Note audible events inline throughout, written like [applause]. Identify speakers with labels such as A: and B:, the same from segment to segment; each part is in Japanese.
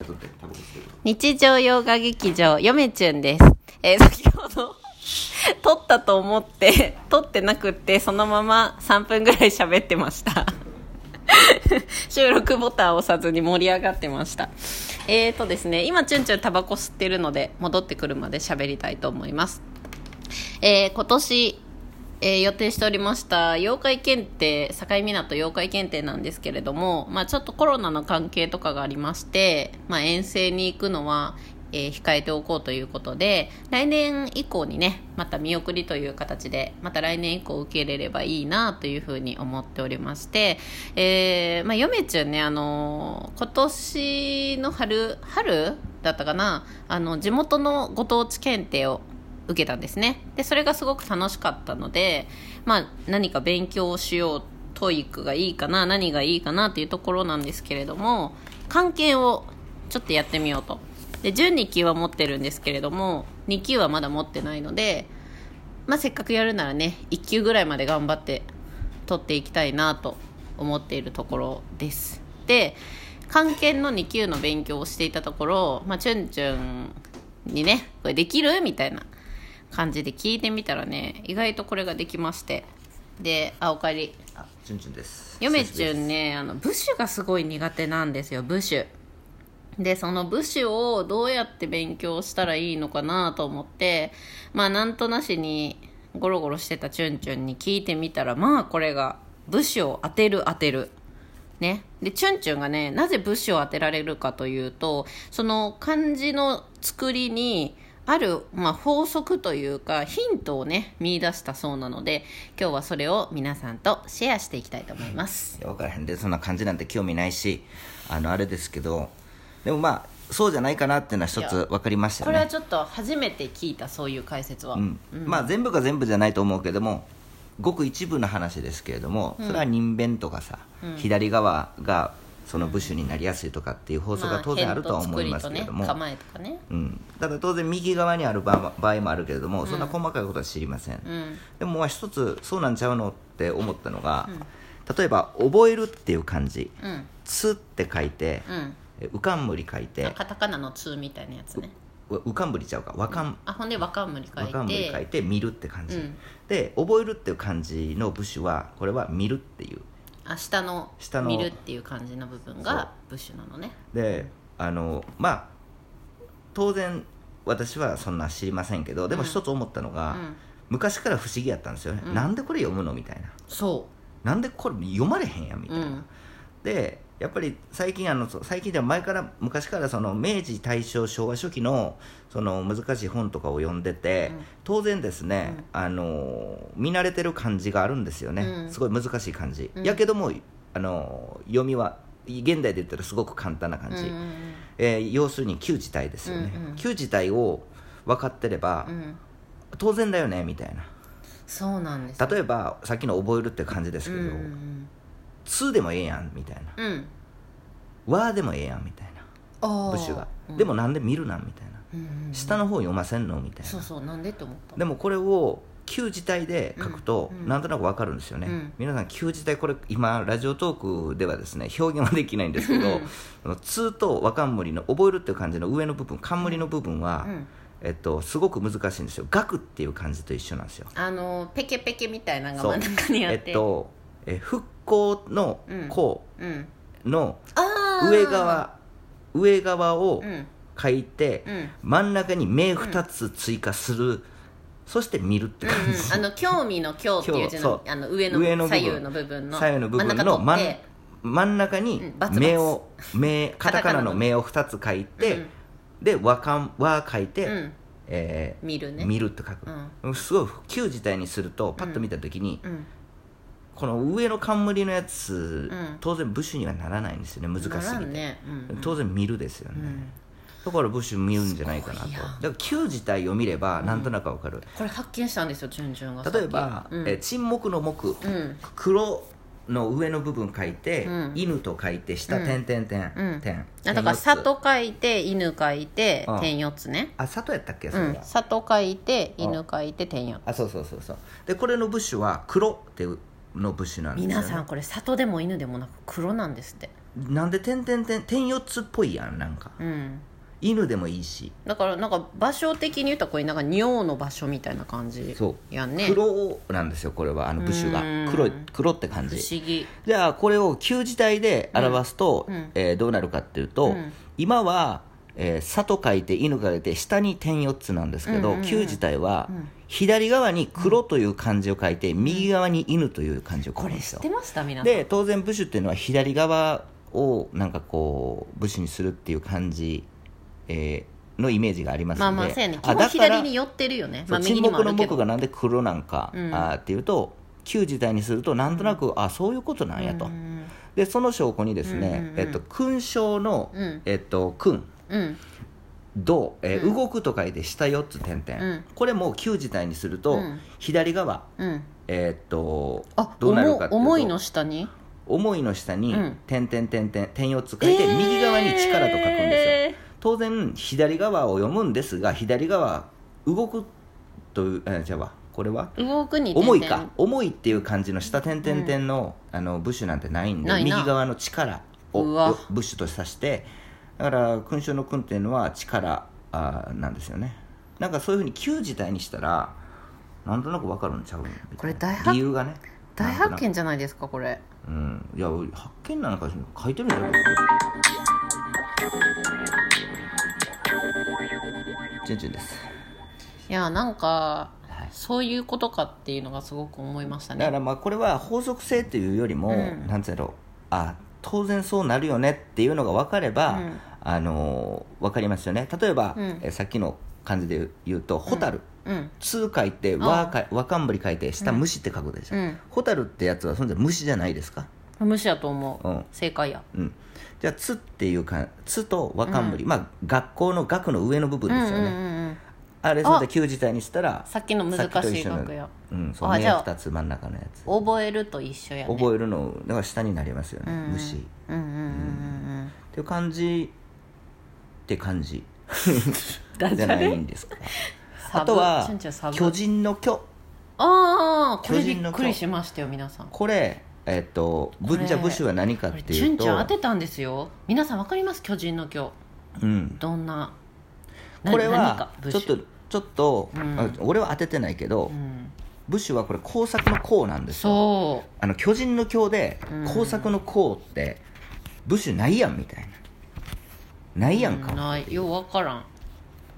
A: えっとね、タコですけど。
B: 日常洋画劇場よめちゅんです、えー先ほど撮ったと思って撮ってなくってそのまま3分ぐらい喋ってました収録ボタンを押さずに盛り上がってましたえーとですね今チュンチュンタバコ吸ってるので戻ってくるまで喋りたいと思いますえー今年、えー予定しておりました妖怪検定境港妖怪検定なんですけれども、まあ、ちょっとコロナの関係とかがありまして、まあ、遠征に行くのは、えー控えておこうということで来年以降にねまた見送りという形でまた来年以降受け入れればいいなというふうに思っておりまして、えーまあ、嫁ちゅんね、あのー今年の春春だったかなあの地元のご当地検定を受けたんですねでそれがすごく楽しかったので、まあ、何か勉強をしよう TOEIC がいいかな何がいいかなというところなんですけれども関係をちょっとやってみようとで12級は持ってるんですけれども2級はまだ持ってないので、まあ、せっかくやるならね1級ぐらいまで頑張って取っていきたいなと思っているところですで漢検の2級の勉強をしていたところ、まあ、チュンチュンにねこれできるみたいな感じで聞いてみたらね意外とこれができましてであおかえり
A: あ、チュンチュンです。
B: ヨメチュン
A: ね。
B: ねあのブッシュがすごい苦手なんですよブッシュでそのブッシュをどうやって勉強したらいいのかなと思ってまあなんとなしにゴロゴロしてたチュンチュンに聞いてみたらまあこれがブッシュを当てる当てるね、でチュンチュンがねなぜ物資を当てられるかというとその漢字の作りにある、まあ、法則というかヒントをね見出したそうなので今日はそれを皆さんとシェアしていきたいと思います
A: いや、わからへんで、そんな感じなんて興味ないし、あの、あれですけど、でもまあ、そうじゃないかなっていうのは一
B: いや
A: つ分かりました
B: こ
A: よ
B: れは
A: ね。
B: ちょっと初めて聞いたそういう解説は、
A: うん。まあ、全部が全部じゃないと思うけども、ごく一部の話ですけれども、それは人弁とかさ、左側がその部首になりやすいとかっていう法則が当然あるとは思いますけれども、
B: まあ辺と作りとね構えとかね
A: うん、ただ当然右側にある場合場合もあるけれどもそんな細かいことは知りません、
B: ん
A: でもまあ一つそうなんちゃうのって思ったのが、例えば「覚える」っていう漢字
B: うん
A: 「つ」って書いて
B: うん
A: 「うかんむり」書いて
B: カタカナの通みたいなやつね
A: 「ううかんぶり」ちゃうか「わかん」
B: あほんで若むり書
A: わかん
B: い
A: ぶり
B: て
A: 書いて「見る」って漢字、
B: うん
A: で「覚える」っていう漢字の部首はこれは「見る」っていう
B: あ下の
A: 下の
B: 見るっていう感じの部分がブッシュなのね
A: であのまあ当然私はそんな知りませんけどでも一つ思ったのが、
B: ん
A: 昔から不思議やったんですよね、なんでこれ読むのみたいな
B: そ
A: なんでこれ読まれへんやんみた
B: う
A: いうな、
B: ん
A: でやっぱり最近あのそう最近では前から昔からその明治大正昭和初期のその難しい本とかを読んでて、当然ですね、あの見慣れてる漢字があるんですよね、
B: うん
A: すごい難しい漢字、
B: うん
A: やけどもあの読みは現代で言ったらすごく簡単な漢
B: うんう
A: 字、
B: ん
A: えー要するに旧字体ですよね、
B: うんうん
A: 旧字体を分かってれば、
B: うん
A: 当然だよねみたいな
B: そうなんです
A: 例えばさっきの「覚える」って感じです
B: うん
A: け
B: う
A: ど
B: ん
A: 「つ」でもええやんみたいな
B: うんうん
A: 「わ」でもええやんみたいな
B: あ
A: 部
B: あ
A: 首が、でもなんで見るなんみたいな、
B: うんうん
A: 下の方読ませんのみたいな
B: そうそうなんでって思った
A: でもこれを旧字体で書くと、
B: うんうん
A: なんとなくわかるんですよね、
B: うん
A: 皆さん旧字体これ今ラジオトークではですね表現はできないんですけど「その通」と「若んむり」の「覚える」っていう感じの上の部分冠の部分は、
B: うん
A: えっと、すごく難しいんですよ「学」っていう漢字と一緒なんですよ
B: あのペケペケみたいなのが真ん中にあ
A: え
B: って
A: っとえ復興の
B: うん
A: 「こ
B: うん
A: う」の
B: ああ
A: 上側、上側を
B: うん
A: 書いて、
B: うん
A: 真ん中に目2つ追加する、そして見るって
B: うんう
A: 感
B: ん
A: じ、
B: あの興味の興っていう字の
A: 興そう
B: あの上の
A: 上の部分
B: 左右の部分の
A: 左右の部分
B: 真ん中
A: の真
B: 取っ
A: ん
B: て
A: 真ん中に
B: うんバツバツ
A: 目を、目
B: [laughs]
A: カタカナの目を2つ書いて、で和漢和書いて、
B: うん
A: えー
B: 見るね
A: 見るって書く、すごい旧字体にするとパッと見た時に、
B: うん
A: この上の冠のやつ、
B: うん
A: 当然部首にはならないんですよね難しすぎ
B: なら
A: て、
B: んねうん
A: 当然見るですよね、だから部首見るんじゃないかなと
B: すごい
A: だ
B: やん
A: から旧字体を見ればなんとなくわかる、
B: これ発見したんですよチュンチュンがさっき
A: 例えば、
B: うん
A: えー沈黙の黙、
B: うん
A: 黒の上の部分書いて、
B: うん
A: 犬と書いて下点点点
B: うん
A: 点
B: あだから「
A: 四つ
B: さ」と書いて「犬」書いて
A: うん
B: 「点4つ」ね
A: あ里やったっけ
B: 「
A: それは、
B: さ」と書いて「犬」書いて「点4つ」
A: あそうそうそうそうでこれの部首は黒っていうの部首なんですよ、ね、
B: 皆さんこれ「里」でも「犬」でもなく「黒」なんですって
A: なんで点点点点4つっぽいやんなんか
B: うん
A: 犬でもいいし
B: だからなんか場所的に言うとこれなんか尿の場所みたいな感じ
A: そう
B: やんね不
A: 黒なんですよこれはあの部首
B: うん
A: が黒い黒って感じ
B: 思議
A: じゃあこれを旧字体で表すと、
B: うんうん
A: えーどうなるかっていうと、
B: うん
A: 今は「えーさ」と書いて「犬」書いて下に点4つなんですけど、
B: うんうんうん
A: 旧字体は
B: うん
A: 左側に「黒」という漢字を書いて、右側に「犬」という漢字を書く
B: こ
A: ん
B: れ
A: で
B: 知
A: す
B: っ
A: よ
B: てました皆さん
A: で当然部首っていうのは左側をなんかこう部首にするっていう感じ、えーのイメージがあります
B: まあ
A: ので、
B: まあそうやね基
A: あ
B: 本
A: だから
B: 左に寄ってるよねまあ
A: 沈
B: 右にも
A: 黙
B: ある
A: の
B: け
A: 僕
B: ど
A: がなんで黒なんか、
B: うん
A: あーっていうと旧字体にするとなんとなく、あそういうことなんやと、
B: うん
A: でその証拠にですね、
B: うんうんうん
A: えっと、勲章の、
B: うん
A: えっと、勲
B: うん
A: 銅、えー
B: うん
A: 動くと書いて下4つ点々、
B: うん
A: これも旧字体にすると、
B: うん
A: 左側
B: うん
A: えっと
B: あ
A: どうなるかっていうと
B: 重いの下に
A: 思いの下に
B: うん
A: 点々点々点4つ書いて、右側に力と書くんですよ、
B: え
A: 当然左側を読むんですが左側動くというえーじゃあわこれは
B: ー動くに
A: 重い
B: 点
A: か
B: 々
A: 重いっていう感じの下点点点の,、あの部首なんてないんで
B: ないな
A: 右側の力
B: う
A: を
B: わ
A: 部首と指してだから勲章の勲っていうのは力あーなんですよねなんかそういうふうに旧字体にしたらなんとなくわかるんちゃうんみたいな
B: これ大発
A: 理由がね
B: 大
A: なん
B: 発
A: とな
B: 見じゃないですかこれ
A: くうんいや発見なのかしら書いてるんだよチュンチュンです、
B: いやなんか
A: はい
B: そういうことかっていうのがすごく思いました
A: だか
B: ね
A: らまあこれは法則性っていうよりも、
B: うん
A: なんつうやろあ当然そうなるよねっていうのが分かれば、
B: うん
A: あのー分かりますよね例えば、
B: うん
A: えさっきの漢字で言うと「蛍、
B: うん
A: 通書いて「
B: あ
A: わ」かわかんぶり書いて下「
B: うん
A: 虫」って書くでしょ、
B: うん
A: 蛍ってやつはそんじゃ虫じゃないですか
B: 無視やと思う、
A: うん
B: 正解や
A: うんじゃあ「つ」っていうか「つ」と「わかんぶり」まあ学校の学の上の部分ですよね、
B: うんうんうんうん、
A: あれそんじゃ旧字体にしたら
B: さっきの難
A: さっきと
B: しい
A: 一緒の
B: 学や
A: うんそう
B: あ
A: 目
B: じゃあ
A: 2つ真ん中のやつ
B: 覚えると一緒やね
A: 覚えるのだから下になりますよね、
B: うんうん
A: 虫っ
B: うんうんうんうん
A: ていう感じって感じ
B: [laughs] ダジャレ
A: じゃないんですか
B: サブ
A: あとは
B: チュンチュンサブ
A: 巨人の巨
B: ああこれ
A: 巨
B: び
A: 人
B: っ
A: の
B: くりしましたよ皆さんこ
A: これえっと
B: これ
A: ぶじゃ部首は何かっ
B: れ
A: て
B: チュ
A: いう
B: ン
A: と
B: チュン当てたんですよ皆さんわかります巨人の今
A: うん、
B: どんなな
A: これ
B: 何か
A: は
B: 部
A: ちょ
B: 首
A: っとちょっと、
B: うん
A: あ俺は当ててないけど、
B: うん、
A: 部首はこれ工作の工なんですよ
B: そ
A: あの巨人の巨で
B: うん
A: 工作の工って部首ないやんみたいなな
B: う
A: いやんか、
B: うないようわからん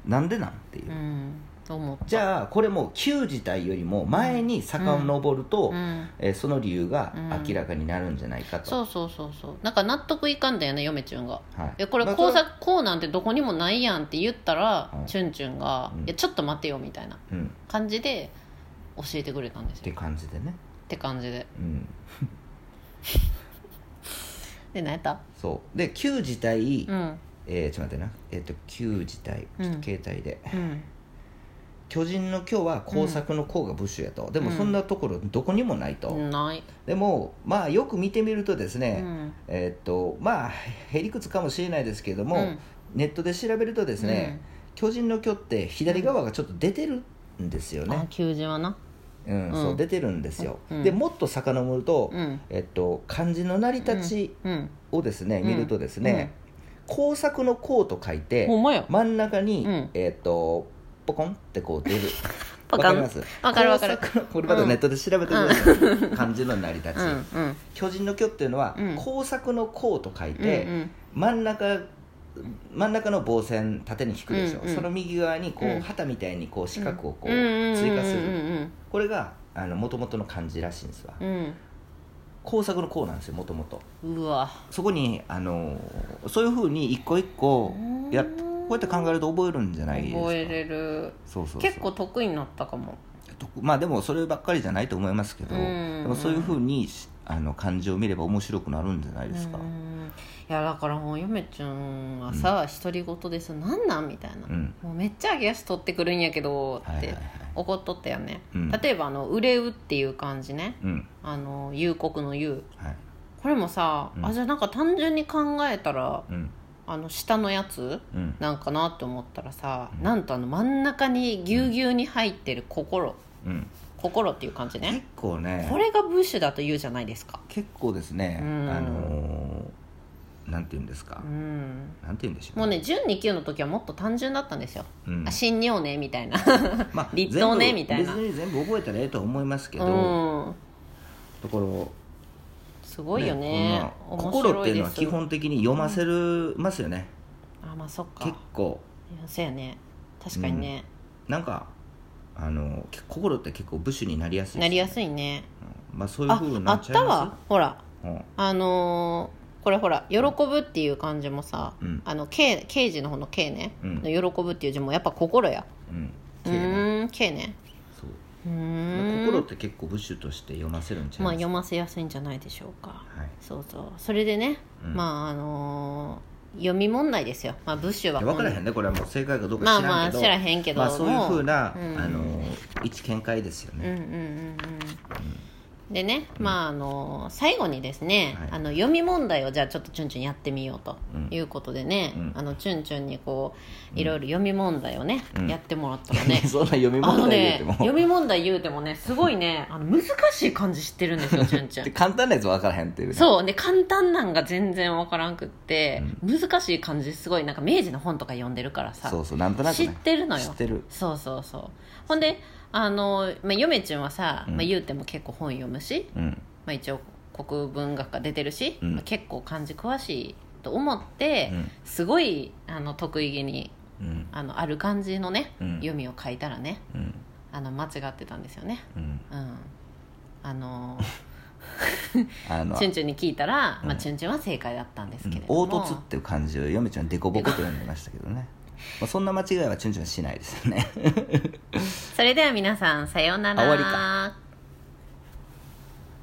A: なんでなんっていう
B: うんと思った
A: じゃあこれも旧自体よりも前に坂を登ると、
B: うん
A: えーその理由が
B: うん
A: 明らかになるんじゃないかと、
B: そうそうそうそうなんか納得いかんだよね嫁ちゅんが
A: はい
B: いやこれ
A: まあ
B: 工
A: それ
B: 作こうなんてどこにもないやんって言ったら、
A: うん
B: チュンチュンが、
A: うん
B: いやちょっと待てよみたいな
A: うん、
B: 感じで教えてくれたんです
A: っ
B: よ
A: て感じでね、
B: って感じで
A: うん、
B: で何やった
A: そうで旧自体、
B: うん
A: えーちょっと待ってなえっ、と旧自体
B: うん
A: ちょっと携帯で、
B: うん
A: 巨人の今日は工作の工が部首やと、でもそんなところどこにもないと、
B: ない、
A: でもまあよく見てみるとです
B: う
A: ね、
B: ん、
A: えっとまあへりくつかもしれないですけれども、
B: うん
A: ネットで調べるとですね、巨人の巨って左側がちょっと出てるんですよ
B: あ
A: ね、
B: 求人はな
A: うん
B: うん
A: そう出てるんですよ、
B: うん
A: でもっと遡ると、
B: うん
A: えっと、漢字の成り立ち
B: うん
A: をですね、
B: うん
A: 見るとですね、工作の工と書いて、
B: ほんまや
A: 真ん中に、
B: うん
A: えっとポコンってこう出る
B: [laughs] ポ
A: わ
B: コン
A: かります
B: わかるわかる
A: 工作のこれまたネットで調べてください、漢字の成り立ち、
B: うんうん
A: 巨人の巨っていうのは、
B: うん
A: 工作の工と書い
B: うんう
A: て、
B: ん
A: 真ん中真ん中の棒線縦に引くでしょ、
B: うんうん
A: その右側にこう、
B: うん
A: 旗みたいにこう四角をこう
B: うんうん
A: 追加する、
B: うん
A: これがあの元々の漢字らしいんですわ、
B: うん
A: 工作の工なんですよ元々
B: うんうわ
A: そこにあのーそういうふうに一個一個やっ
B: う
A: こ
B: ん
A: うやって考えると覚えるんじゃないですか
B: 覚えれる
A: そうそうそう
B: 結構得意になったかも
A: とまあでもそればっかりじゃないと思いますけど、
B: うん
A: でもそういうふうにしあの漢字を見れば面白くなるんじゃないですか、
B: うんいやだからもう嫁ちゃんはさ独り言ですなんなん?」みたいな、
A: うん
B: もうめっちゃ揚げ足取ってくるんやけど」
A: はい
B: っ
A: はい
B: て
A: はい
B: 怒っとったよね、
A: うん
B: 例えばあの「憂う」っていう漢字ね
A: うん
B: あの夕刻の「夕
A: はい」
B: これもさ、
A: うん
B: あじゃあなんか単純に考えたら
A: うん
B: あの下のやつ
A: うん
B: なんかなって思ったらさ、
A: うん
B: なんとあの真ん中にぎゅうぎゅうに入ってる「心」
A: うん
B: 「心」っていう漢字
A: 結
B: ね
A: 構ね
B: これがブッシュだと言うじゃないですか
A: 結構ですね、
B: うん
A: あのーなんて言うんですか
B: う、ん
A: なんて言うんでしょう
B: もうね12級の時はもっと単純だったんですよ、
A: うん
B: あ新尿ねみたいな
A: まあ
B: 立冬ね
A: 全部
B: みたいな
A: 別に全部覚えたらええとは思いますけど、
B: うん
A: ところ
B: すごいよね
A: こんな
B: 面
A: 心っ
B: 白
A: て
B: い
A: いう
B: で
A: のは
B: す
A: 基本的に読ませるますよね、
B: あまあそっかい
A: 結構
B: やそうやね確かにね、
A: なんかあのけ心って結構ブッシュになりやすいです
B: なりやすいね
A: まあそういう
B: あ
A: ふうに
B: あ
A: なっ
B: っ
A: ちゃ
B: た
A: いま
B: わほら
A: すうん
B: あのーこれほら「喜ぶ」っていう漢字もさ、
A: うん
B: あの刑刑事の方の「刑ね」
A: うん
B: の「喜ぶ」っていう字もやっぱ心や
A: うん
B: う
A: 綺麗ね
B: ーん「刑ね
A: そう」
B: うーん
A: 心って結構ブッシュとして読ませるんちゃい
B: ま
A: ま
B: あ
A: す
B: 読ませやすいんじゃないでしょうか
A: はい
B: そうそうそれでね、
A: うん
B: まああのー読み問題ですよ、まあ、ブッシュは
A: 分からへんねこれはもう正解かどうか知
B: ま
A: ら
B: あ
A: んけど
B: まあ知らへんけど
A: まあそういう
B: もう
A: ふうな、
B: うん
A: あの一見解ですよ
B: うんう
A: ね、
B: んうんうんでね、まああの最後にですね、
A: はい
B: あの読み問題をじゃあちょっとチュンチュンやってみようと
A: うん
B: いうことでね、
A: うん
B: あのチュンチュンにこういろいろ読み問題をね、
A: うん
B: やってもらったらね
A: [laughs] そんな読み
B: あの
A: 問題言う
B: ね
A: ても、
B: 読み問題言うてもねすごいねあの難しい漢字知ってるんです
A: [laughs]
B: よチュンチュン
A: で簡単なやつ分からへんっていうね
B: そうね簡単なんが全然わからんくって、難しい漢字すごいなんか明治の本とか読んでるからさ
A: そうそうなんとなく、
B: 知
A: ね、
B: ってるのよ
A: 知ってる
B: そうそうそうほんであの、まあ、嫁ちゃんはさ、
A: うん
B: まあ、言うても結構本読むし、
A: うん
B: まあ、一応国文学科出てるし、
A: うん
B: まあ、結構漢字詳しいと思って、
A: うん
B: すごいあの得意げに
A: うん
B: あのある漢字のね、
A: うん
B: 読みを書いたらね
A: うん
B: あの間違ってたんですよね
A: うん
B: うん
A: [laughs]
B: あの
A: あの
B: チュンチュンに聞いたら、
A: うん
B: まあ、チュンチュンは正解だったんですけれども、
A: 凹凸っていう漢字を読めちゃんデコボコと読んでましたけどね、まあ、そんな間違いはチュンチュンはしないですよね
B: それでは皆さんさようなら
A: あ終わりか